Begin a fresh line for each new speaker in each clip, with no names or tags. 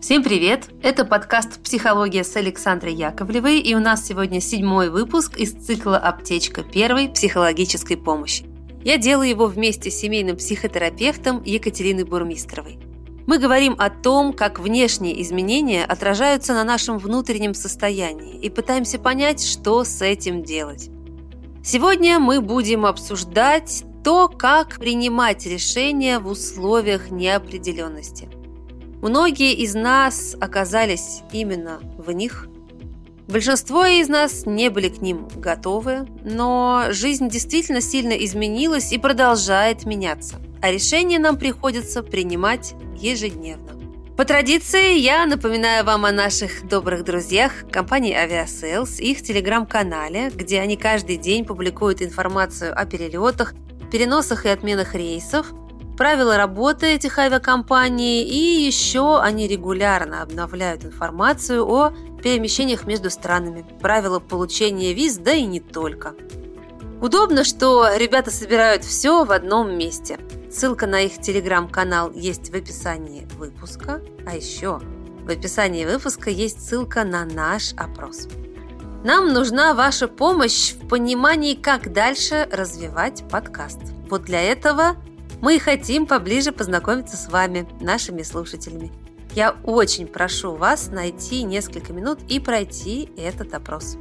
Всем привет! Это подкаст «Психология» с Александрой Яковлевой, и у нас сегодня седьмой выпуск из цикла «Аптечка первой психологической помощи». Я делаю его вместе с семейным психотерапевтом Екатериной Бурмистровой. Мы говорим о том, как внешние изменения отражаются на нашем внутреннем состоянии и пытаемся понять, что с этим делать. Сегодня мы будем обсуждать то, как принимать решения в условиях неопределенности. Многие из нас оказались именно в них. Большинство из нас не были к ним готовы, но жизнь действительно сильно изменилась и продолжает меняться, а решения нам приходится принимать ежедневно. По традиции, я напоминаю вам о наших добрых друзьях компании Aviasales и их телеграм-канале, где они каждый день публикуют информацию о перелетах, переносах и отменах рейсов, правила работы этих авиакомпаний и еще они регулярно обновляют информацию о перемещениях между странами, правила получения виз, да и не только. Удобно, что ребята собирают все в одном месте. Ссылка на их телеграм-канал есть в описании выпуска, а еще в описании выпуска есть ссылка на наш опрос. Нам нужна ваша помощь в понимании, как дальше развивать подкаст. Вот для этого мы и хотим поближе познакомиться с вами, нашими слушателями. Я очень прошу вас найти несколько минут и пройти этот опрос.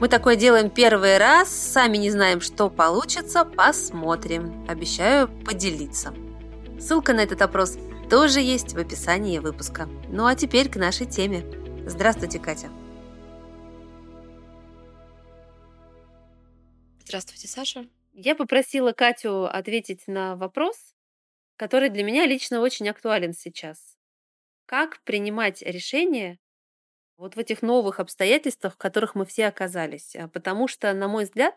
Мы такое делаем первый раз, сами не знаем, что получится, посмотрим. Обещаю поделиться. Ссылка на этот опрос тоже есть в описании выпуска. Ну а теперь к нашей теме. Здравствуйте, Катя.
Здравствуйте, Саша.
Я попросила Катю ответить на вопрос, который для меня лично очень актуален сейчас. Как принимать решения вот в этих новых обстоятельствах, в которых мы все оказались? А Потому что, на мой взгляд,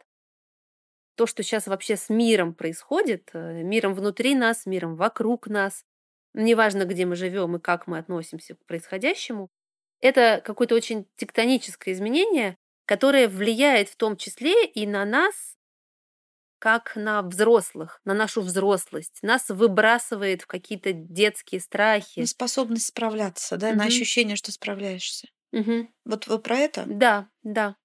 то, что сейчас вообще с миром происходит, э, миром внутри нас, миром вокруг нас, неважно, где мы живем и как мы относимся к происходящему, это какое-то очень тектоническое изменение, которое влияет в том числе и на нас, как на взрослых, на нашу взрослость. Нас выбрасывает в какие-то детские страхи.
На Ну, способность справляться, да, на
Мгм.
ощущение, что справляешься.
Мгм.
Вот вы про это?
Да, да.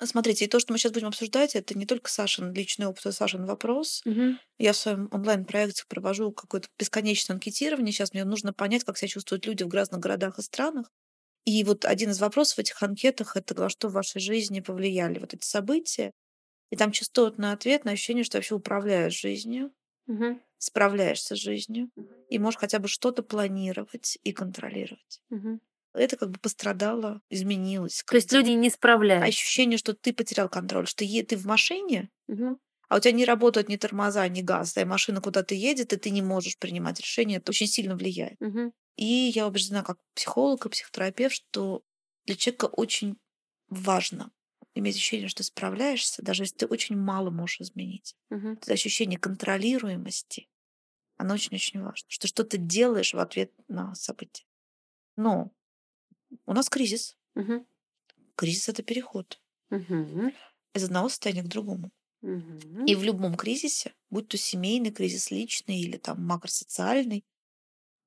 Смотрите, и то, что мы сейчас будем обсуждать, это не только Сашин личный опыт, и Сашин вопрос.
Мгм.
Я в своем онлайн-проекте провожу какое-то бесконечное анкетирование. Сейчас мне нужно понять, как себя чувствуют люди в разных городах и странах. И вот один из вопросов в этих анкетах — это на что в вашей жизни повлияли вот эти события. И там частотный ответ на ощущение, что вообще управляешь жизнью.
Мгм.
справляешься с жизнью и можешь хотя бы что-то планировать и контролировать.
Мгм.
Это как бы пострадало, изменилось.
То есть
как-то.
люди не справляются.
Ощущение, что ты потерял контроль, что е- ты в машине,
Мгм.
а у тебя не работают ни тормоза, ни газ, да, и машина куда-то едет, и ты не можешь принимать решения. Это очень сильно влияет.
Мгм.
И я убеждена как психолог и психотерапевт, что для человека очень важно иметь ощущение, что ты справляешься, даже если ты очень мало можешь изменить
Мгм.
это ощущение контролируемости, оно очень-очень важно, что что ты делаешь в ответ на событие. Но у нас кризис.
Мгм.
Кризис — это переход
Мгм.
из одного состояния к другому.
Мгм.
И в любом кризисе, будь то семейный кризис, личный или там макросоциальный,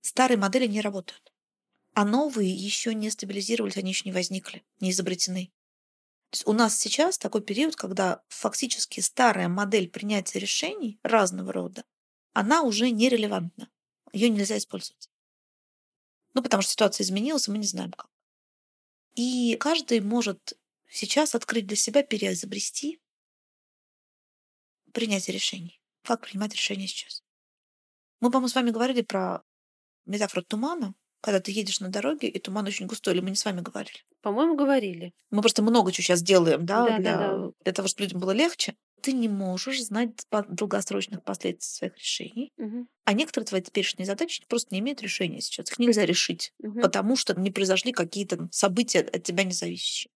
старые модели не работают. А новые еще не стабилизировались, они еще не возникли, не изобретены. То есть у нас сейчас такой период, когда фактически старая модель принятия решений разного рода, она уже нерелевантна. Ее нельзя использовать. Ну, потому что ситуация изменилась, и мы не знаем как. И каждый может сейчас открыть для себя, переизобрести принятие решений. Как принимать решения сейчас? Мы, по-моему, с вами говорили про метафору тумана, когда ты едешь на дороге, и туман очень густой, или мы не с вами говорили.
По-моему, говорили.
Мы просто много чего сейчас делаем, да,
Да, да,
для,
да.
для того, чтобы людям было легче. Ты не можешь знать по- долгосрочных последствий своих решений,
Мгм.
а некоторые твои теперешние задачи просто не имеют решения сейчас. Их нельзя решить
Мгм.
потому что не произошли какие-то там события от тебя независящие.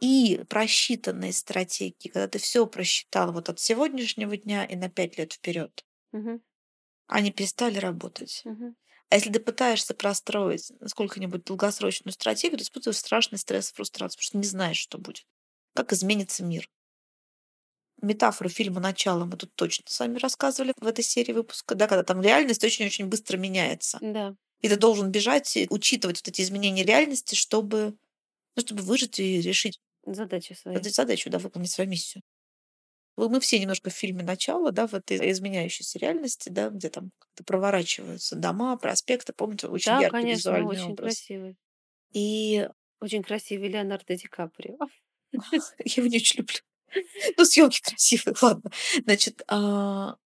И просчитанные стратегии, когда ты все просчитал вот от сегодняшнего дня и на пять лет вперед,
Мгм.
они перестали работать.
Мгм.
А если ты пытаешься простроить сколько-нибудь долгосрочную стратегию, ты испытываешь страшный стресс и фрустрацию, потому что не знаешь, что будет, как изменится мир. Метафору фильма «Начало» мы тут точно с вами рассказывали в этой серии выпуска, да, когда там реальность очень-очень быстро меняется.
Да.
И ты должен бежать, и учитывать вот эти изменения реальности, чтобы, ну, чтобы выжить и решить
Задачи свои.
вот эту задачу, да, выполнить свою миссию. Вы- Мы все немножко в фильме «Начало», да, в этой изменяющейся реальности, да, где там как-то проворачиваются дома, проспекты, помните, очень
да,
яркий
конечно,
визуальный
очень
образ.
красивый.
И
Очень красивый Леонардо Ди Каприо. А,
Я его не очень люблю. Ну, съемки красивые, ладно. Значит, а,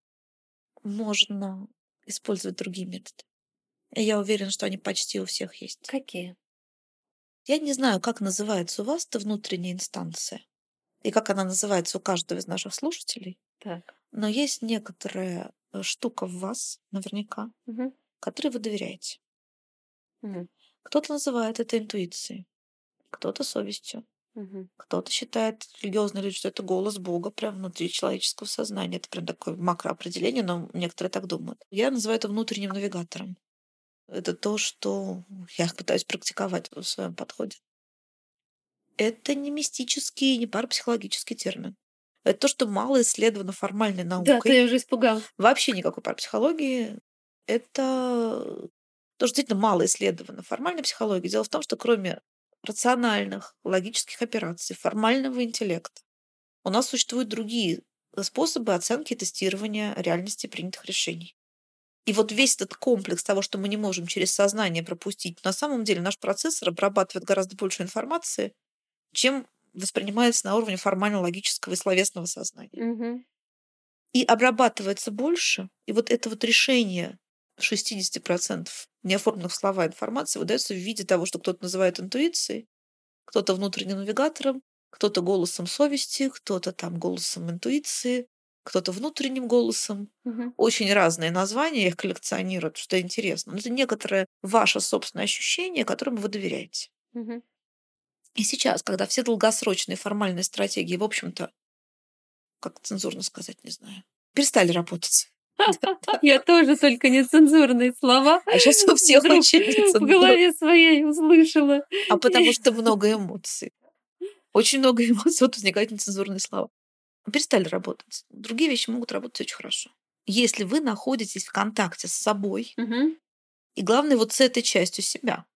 можно использовать другие методы. И Я уверена, что они почти у всех есть.
Какие?
Я не знаю, как называется у вас эта внутренняя инстанция и как она называется у каждого из наших слушателей,
Так.
но есть некоторая э, штука в вас, наверняка,
Мгм.
которой вы доверяете.
Мгм.
Кто-то называет это интуицией, кто-то совестью,
Мгм.
Кто-то считает, религиозные люди, что это голос Бога прям внутри человеческого сознания. Это прям такое макроопределение, но некоторые так думают. Я называю это внутренним навигатором. Это то, что я пытаюсь практиковать в своем подходе. Это не мистический, не парапсихологический термин. Это то, что мало исследовано формальной наукой.
Да, ты уже испугалась.
Вообще никакой парапсихологии. Это тоже действительно мало исследовано. Формальная психология. Дело в том, что кроме рациональных, логических операций, формального интеллекта, у нас существуют другие способы оценки и тестирования реальности принятых решений. И вот весь этот комплекс того, что мы не можем через сознание пропустить, на самом деле наш процессор обрабатывает гораздо больше информации, чем воспринимается на уровне формально-логического и словесного сознания
Мгм.
и обрабатывается больше, и вот это вот решение 60% неоформленных в слова информации выдается в виде того, что кто-то называет интуицией, кто-то внутренним навигатором, кто-то голосом совести, кто-то там голосом интуиции, кто-то внутренним голосом.
Мгм.
Очень разные названия, я их коллекционирую, что интересно. Но это некоторое ваше собственное ощущение, которому вы доверяете.
Мгм.
И сейчас, когда все долгосрочные формальные стратегии, в общем-то, как цензурно сказать, не знаю, перестали работать.
Я тоже только нецензурные слова
А сейчас у всех
Вдруг
очень
в
лицо.
голове своей услышала.
А потому что много эмоций. Очень много эмоций, вот возникают нецензурные слова. Перестали работать. Другие вещи могут работать очень хорошо. Если вы находитесь в контакте с собой,
Мгм.
и главное, вот с этой частью себя.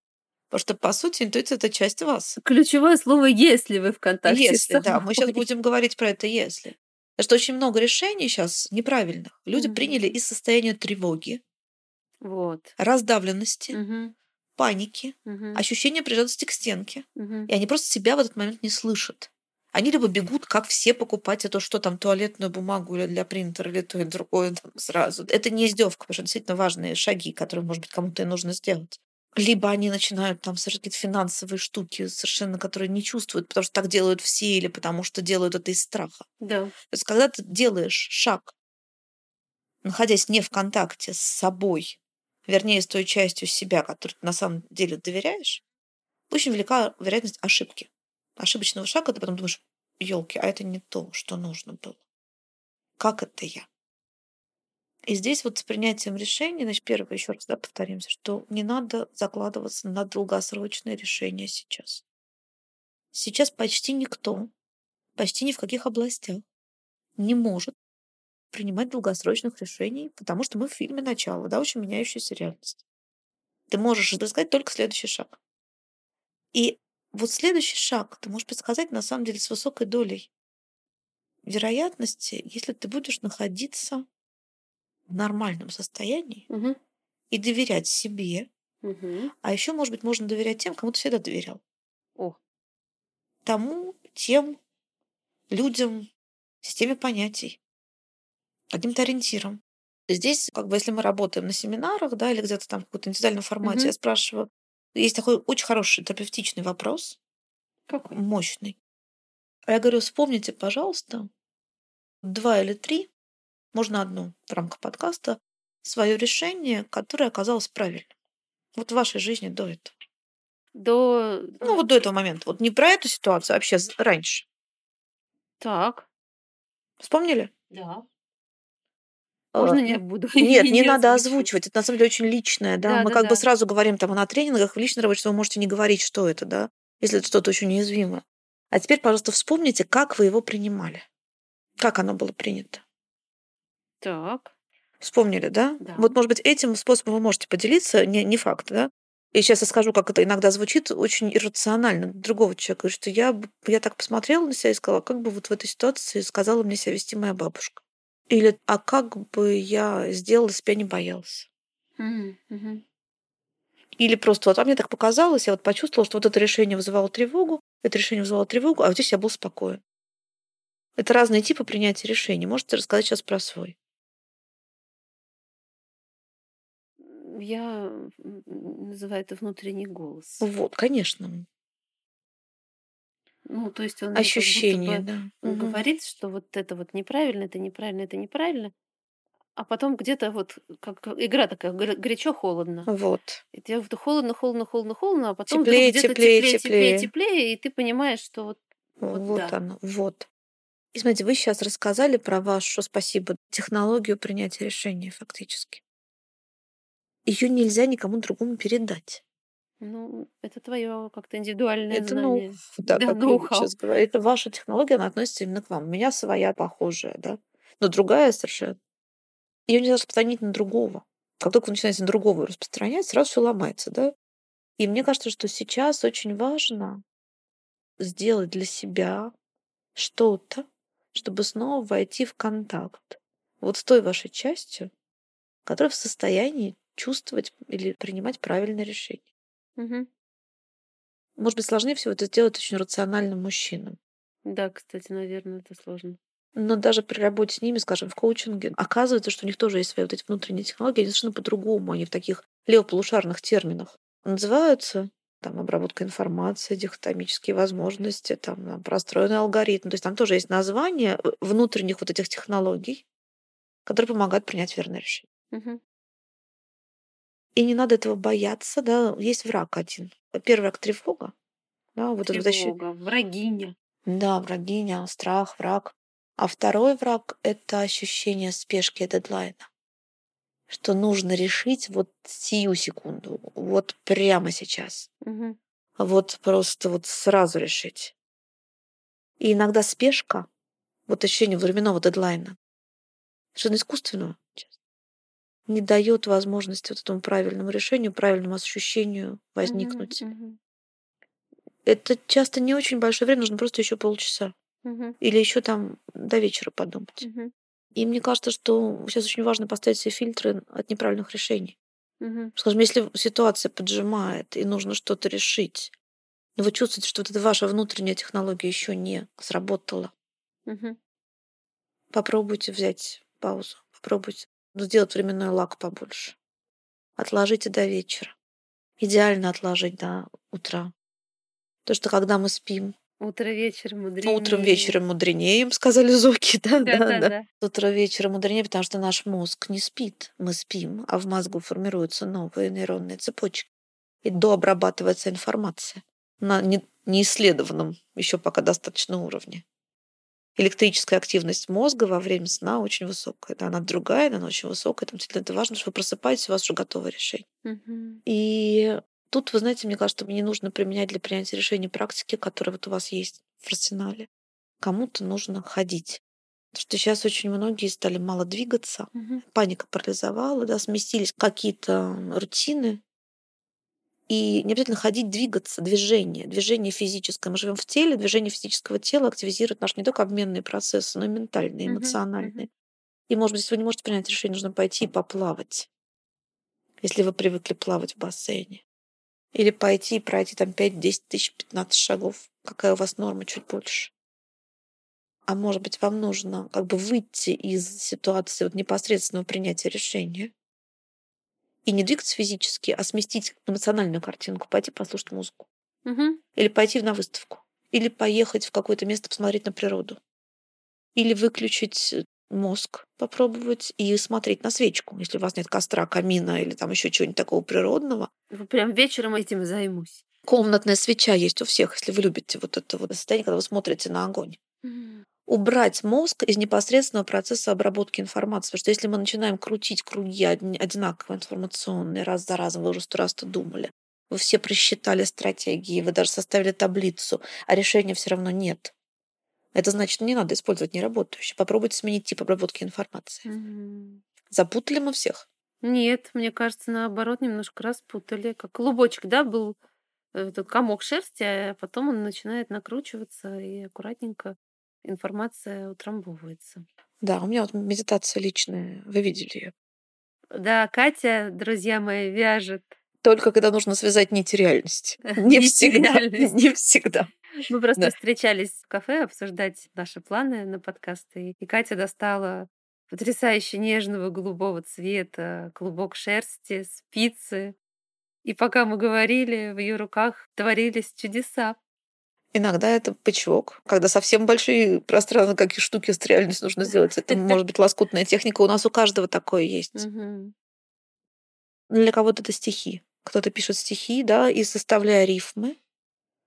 Потому что, по сути, интуиция — это часть вас.
Ключевое слово «если» вы в контакте с
если, да. Мы сейчас
собой.
будем говорить про это «если». Потому что очень много решений сейчас неправильных. Люди
Мгм.
приняли из состояния тревоги,
Вот.
раздавленности,
Мгм.
паники,
Мгм.
ощущения прижатости к стенке.
Мгм.
И они просто себя в этот момент не слышат. Они либо бегут, как все, покупать это, что там, туалетную бумагу или для принтера, или то и другое там сразу. Это не издевка, потому что действительно важные шаги, которые, может быть, кому-то и нужно сделать. Либо они начинают там совершать какие-то финансовые штуки, совершенно которые не чувствуют, потому что так делают все, или потому что делают это из страха.
Да.
То есть, когда ты делаешь шаг, находясь не в контакте с собой, вернее, с той частью себя, которой ты на самом деле доверяешь, очень велика вероятность ошибки. Ошибочного шага ты потом думаешь, елки, а это не то, что нужно было. Как это я? И здесь вот с принятием решений, значит, первое, еще раз, да, повторимся, что не надо закладываться на долгосрочное решение сейчас. Сейчас почти никто, почти ни в каких областях не может принимать долгосрочных решений, потому что мы в фильме «Начало», да, очень меняющаяся реальность. Ты можешь предсказать только следующий шаг. И вот следующий шаг ты можешь предсказать на самом деле с высокой долей вероятности, если ты будешь находиться в нормальном состоянии
Мгм.
и доверять себе,
Мгм.
а еще, может быть, можно доверять тем, кому ты всегда доверял.
О.
Тому, тем, людям, системе понятий, каким-то ориентирам. Здесь, как бы, если мы работаем на семинарах, да, или где-то там в каком-то индивидуальном формате,
Мгм.
я спрашиваю, есть такой очень хороший терапевтичный вопрос,
Какой?
мощный. А Я говорю, вспомните, пожалуйста, два или три, можно одну в рамках подкаста, свое решение, которое оказалось правильным. Вот в вашей жизни до этого.
До...
Ну, вот до этого момента. Вот не про эту ситуацию, а вообще з- раньше.
Так.
Вспомнили?
Да.
Э,
Можно я буду?
Нет,
И
не надо
озвучу?
озвучивать. Это на самом деле очень личное, да.
Да,
Мы
да,
как
да.
бы сразу говорим там на тренингах, в личной рабочей, вы можете не говорить, что это, да, если это что-то очень неуязвимое. А теперь, пожалуйста, вспомните, как вы его принимали. Как оно было принято.
Так.
То Вспомнили, да?
Да.
Вот, может быть, этим способом вы можете поделиться, не, не факт, да? И сейчас я скажу, как это иногда звучит, очень иррационально для другого человека, что я, б- я так посмотрела на себя и сказала, как бы вот в этой ситуации сказала мне себя вести моя бабушка. Или, а как бы я сделала, если бы я не боялась.
М, мгм.
Или просто вот, а мне так показалось, я вот почувствовала, что вот это решение вызывало тревогу, это решение вызывало тревогу, а вот здесь я был спокоен. Это разные типы принятия решений. Можете рассказать сейчас про свой.
Я м, м, называю это внутренний голос.
Вот, конечно.
Ну, то есть он мне как будто
Ощущение,
бы
да.
Он
Мгм.
говорит, что вот это вот неправильно, это неправильно, это неправильно. А потом где-то вот как как игра такая горя- горячо-холодно.
Вот.
И тебе вот холодно, холодно, холодно, холодно, а потом вдруг
Теплее,
где-то
теплее,
теплее, теплее,
теплее.
теплее, и ты понимаешь, что вот
Вот,
Вот да.
оно, вот. И смотрите, вы сейчас рассказали про вашу, спасибо, технологию принятия решения фактически. Ее нельзя никому другому передать.
ну это твое как-то индивидуальное
это
знание.
ну, да,
Да,
как
ноу-хау.
сейчас говорят, это ваша технология, она относится именно к вам. У меня своя похожая, да, но другая совершенно. Ее нельзя распространить на другого. Как только вы начинаете на другого её распространять, сразу все ломается, да. И мне кажется, что сейчас очень важно сделать для себя что-то, чтобы снова войти в контакт вот с той вашей частью, которая в состоянии чувствовать или принимать правильное решение.
Мгм.
Может быть, сложнее всего это сделать очень рациональным мужчинам.
Да, кстати, наверное, это сложно.
Но даже при работе с ними, скажем, в коучинге, оказывается, что у них тоже есть свои вот эти внутренние технологии, они совершенно по-другому, они в таких левополушарных терминах называются, там, обработка информации, дихотомические возможности, там, там, простроенный алгоритм. То есть там тоже есть название э, внутренних вот этих технологий, которые помогают принять верное решение.
Мгм.
И не надо этого бояться, да, есть враг один. Первый враг — тревога, да, вот это вот ощущение,
Тревога, врагиня.
Да, врагиня, страх, враг. А второй враг — это ощущение спешки и дедлайна. Что нужно решить вот сию секунду, вот прямо сейчас.
Мгм.
Вот просто вот сразу решить. И иногда спешка, вот ощущение временного дедлайна, совершенно искусственного, честно, не дает возможности вот этому правильному решению, правильному ощущению возникнуть.
Мгм.
Это часто не очень большое время, нужно просто еще полчаса.
Мгм.
Или еще там до вечера подумать.
Мгм.
И мне кажется, что сейчас очень важно поставить себе фильтры от неправильных решений.
Мгм.
Скажем, если ситуация поджимает и нужно что-то решить, но вы чувствуете, что вот эта ваша внутренняя технология еще не сработала,
Мгм.
попробуйте взять паузу, попробуйте ну, сделать временной лак побольше. Отложите до вечера. Идеально отложить до утра. То, что когда мы спим,
Утро вечер мудрее.
утром вечером мудренеем, сказали зоки, да,
Да, да, да.
утро вечера мудренее, потому что наш мозг не спит, мы спим, а в мозгу формируются новые нейронные цепочки. И дообрабатывается информация на не- неисследованном еще пока достаточно уровне. Электрическая активность мозга во время сна очень высокая. Да, она другая, но она очень высокая. Там действительно это важно, потому что вы просыпаетесь, у вас уже готовое решение.
Мгм.
И тут, вы знаете, мне кажется, мне не нужно применять для принятия решений практики, которые вот у вас есть в арсенале. Кому-то нужно ходить. Потому что сейчас очень многие стали мало двигаться,
Мгм.
паника парализовала, да, сместились какие-то рутины. И не обязательно ходить, двигаться, движение, движение физическое. Мы живем в теле, движение физического тела активизирует наши не только обменные процессы, но и ментальные,
Мгм,
эмоциональные. И, может быть, если вы не можете принять решение, нужно пойти и поплавать, если вы привыкли плавать в бассейне. Или пойти и пройти там 5, 10 тысяч, 15 шагов. Какая у вас норма, чуть больше. А может быть, вам нужно как бы выйти из ситуации вот непосредственного принятия решения и не двигаться физически, а сместить эмоциональную картинку, пойти послушать музыку.
Мгм.
Или пойти на выставку. Или поехать в какое-то место посмотреть на природу. Или выключить э, мозг, попробовать и смотреть на свечку, если у вас нет костра, камина или там еще чего-нибудь такого природного.
Вот Прям вечером этим займусь.
Комнатная свеча есть у всех, если вы любите вот это вот состояние, когда вы смотрите на огонь.
Мгм.
убрать мозг из непосредственного процесса обработки информации. Потому что если мы начинаем крутить круги одни- одинаково информационные раз за разом, вы уже сто раз это думали, вы все просчитали стратегии, вы даже составили таблицу, а решения все равно нет. Это значит, не надо использовать неработающие. Попробуйте сменить тип обработки информации.
Мгм.
Запутали мы всех.
Нет, мне кажется, наоборот, немножко распутали. Как клубочек, да, был э, этот комок шерсти, а потом он начинает накручиваться и аккуратненько информация утрамбовывается.
Да, у меня вот медитация личная, вы видели ее.
Да, Катя, друзья мои, вяжет.
Только когда нужно связать нить и реальность. Не
Нить и
всегда.
реальность.
Не всегда.
Мы просто
Да.
встречались в кафе обсуждать наши планы на подкасты, и Катя достала потрясающе нежного голубого цвета клубок шерсти, спицы. И пока мы говорили, в ее руках творились чудеса.
Иногда это пычок. Когда совсем большие пространства, какие штуки с реальностью нужно сделать. Это может быть лоскутная техника. У нас у каждого такое есть. Ну,
Мгм.
Для кого-то это стихи. Кто-то пишет стихи, да, и составляя рифмы,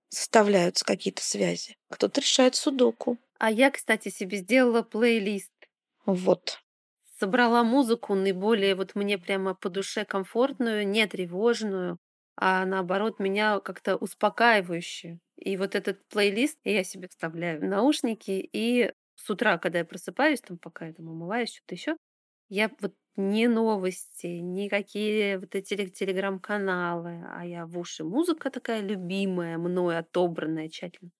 составляются какие-то связи. Кто-то решает судоку.
А я, кстати, себе сделала плейлист.
Вот.
Собрала музыку наиболее вот мне прямо по душе комфортную, не тревожную, а наоборот меня как-то успокаивающую. И вот этот плейлист я себе вставляю в наушники, и с утра, когда я просыпаюсь, там пока я там умываюсь, что-то еще, я вот ни новости, никакие вот эти теле- телеграм-каналы, а я в уши музыка такая любимая, мной отобранная тщательно,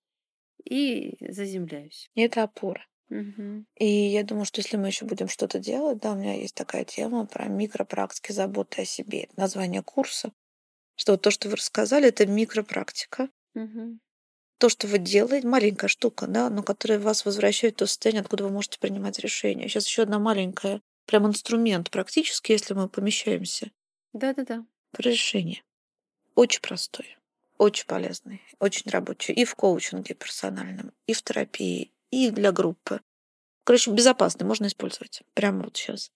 и заземляюсь.
И это опора.
Мгм.
И я думаю, что если мы еще будем что-то делать, да, у меня есть такая тема про микропрактики заботы о себе. Это название курса. Что вот то, что вы рассказали, это микропрактика.
Мгм.
то, что вы делаете, маленькая штука, да, но которая вас возвращает в то состояние, откуда вы можете принимать решения. Сейчас еще одна маленькая, прям инструмент практически, если мы помещаемся,
Да-да-да.
про решение. Очень простой, очень полезный, очень рабочий и в коучинге персональном, и в терапии, и для группы. Короче, безопасный, можно использовать прямо вот сейчас.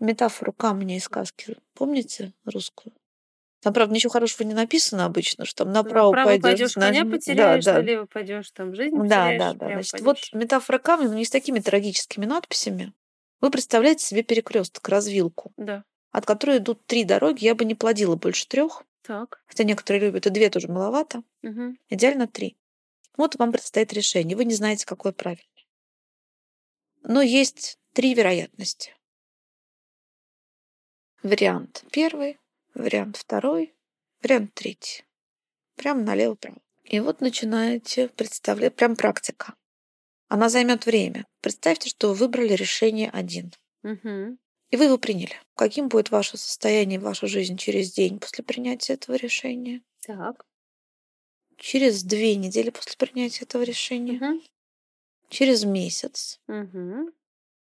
Метафору камня из сказки, помните русскую? Там, правда, ничего хорошего не написано обычно, что там направо,
Направо
пойдёт,
пойдешь,
наж-
коня
Да,
потеряешь,
да,
налево пойдешь, там жизнь
да,
потеряешь,
да, да.
прямо
Значит, вот
пойдёшь.
метафора камня, но не с такими трагическими надписями. Вы представляете себе перекресток, развилку,
Да.
от которой идут три дороги. Я бы не плодила больше трех,
Так.
хотя некоторые любят, и две тоже маловато.
Мгм.
Идеально три. Вот вам предстоит решение. Вы не знаете, какое правильное. Но есть три вероятности. Вариант первый, вариант второй, вариант третий. Прям налево-право. И вот начинаете представлять, прям практика. Она займет время. Представьте, что вы выбрали решение один.
Мгм.
И вы его приняли. Каким будет ваше состояние, ваша жизнь через день после принятия этого решения?
Так.
Через две недели после принятия этого решения?
Мгм.
через месяц,
Мгм.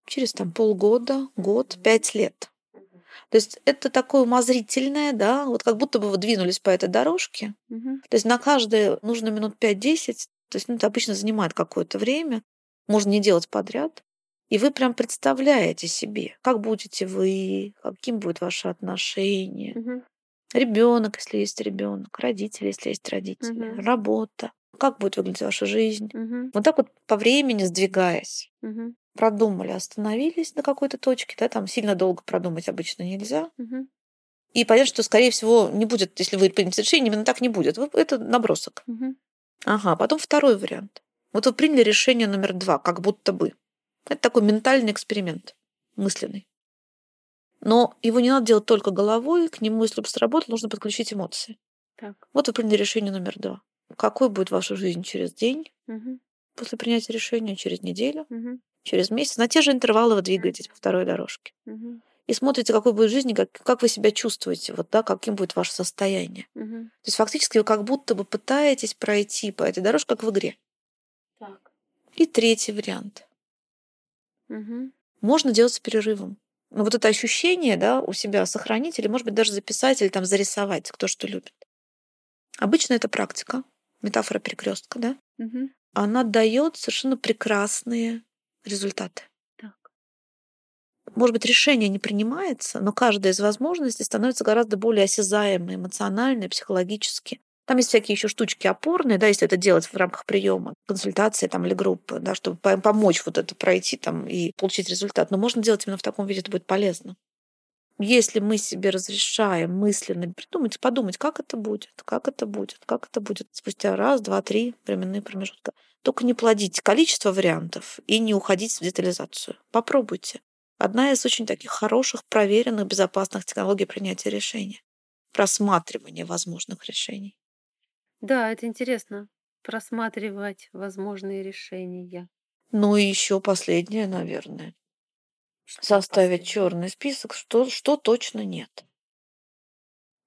через там полгода, год, пять лет. То есть это такое умозрительное, да, вот как будто бы вы двинулись по этой дорожке.
Мгм.
То есть на каждое нужно минут 5-10, то есть ну, это обычно занимает какое-то время, можно не делать подряд. И вы прям представляете себе, как будете вы, каким будет ваше отношение,
Мгм.
ребенок, если есть ребенок, родители, если есть родители,
Мгм.
работа, как будет выглядеть ваша жизнь.
Мгм.
Вот так вот по времени сдвигаясь
Мгм.
продумали, остановились на какой-то точке, да, там сильно долго продумать обычно нельзя.
Мгм.
И понятно, что, скорее всего, не будет, если вы примете решение, именно так не будет. Вы- Это набросок.
Мгм.
Ага, потом второй вариант. Вот вы приняли решение номер два, как будто бы. Это такой ментальный эксперимент, мысленный. Но его не надо делать только головой, к нему, если бы сработало, нужно подключить эмоции.
Так.
Вот вы приняли решение номер два. Какой будет ваша жизнь через день
Мгм.
после принятия решения, через неделю,
Мгм.
через месяц? На те же интервалы вы двигаетесь по второй дорожке.
Мгм.
и смотрите, какой будет жизнь, и как, как вы себя чувствуете, вот, да, каким будет ваше состояние.
Мгм.
То есть фактически вы как будто бы пытаетесь пройти по этой дорожке, как в игре.
Так.
И третий вариант.
Мгм.
Можно делать с перерывом. Но вот это ощущение да, у себя сохранить или, может быть, даже записать или там зарисовать, кто что любит. Обычно эта практика, метафора перекрестка, да,
Мгм.
она дает совершенно прекрасные результаты.
Так.
может быть, решение не принимается, но каждая из возможностей становится гораздо более осязаемой эмоционально, психологически. Там есть всякие еще штучки опорные, да, если это делать в рамках приема, консультации там, или группы, да, чтобы по- помочь вот это пройти там и получить результат. Но можно делать именно в таком виде, это будет полезно. Если мы себе разрешаем мысленно придумать, подумать, как это будет, как это будет, как это будет спустя раз, два, три временные промежутка. Только не плодите количество вариантов и не уходите в детализацию. Попробуйте. Одна из очень таких хороших, проверенных, безопасных технологий принятия решения. Просматривание возможных решений.
Да, это интересно. Просматривать возможные решения.
Ну и еще последнее, наверное. составить черный список, что, что точно нет.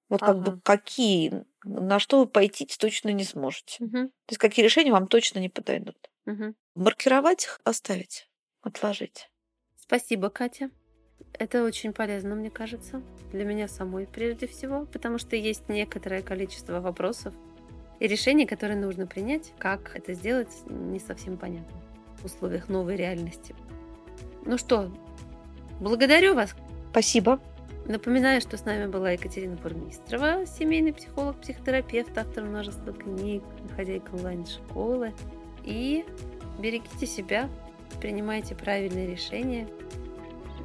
Вот как бы
Ага.
какие, на что вы пойти точно не сможете.
Мгм,
То есть какие решения вам точно не подойдут.
мгм.
Маркировать их, оставить, отложить.
Спасибо, Катя. Это очень полезно, мне кажется, для меня самой прежде всего, потому что есть некоторое количество вопросов и решений, которые нужно принять. Как это сделать, не совсем понятно в условиях новой реальности. Ну что, благодарю вас.
Спасибо.
Напоминаю, что с нами была Екатерина Бурмистрова, семейный психолог, психотерапевт, автор множества книг, хозяйка онлайн-школы. И берегите себя, принимайте правильные решения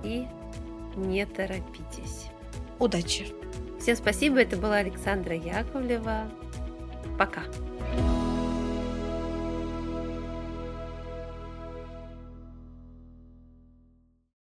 и не торопитесь.
Удачи.
Всем спасибо, это была Александра Яковлева. Пока!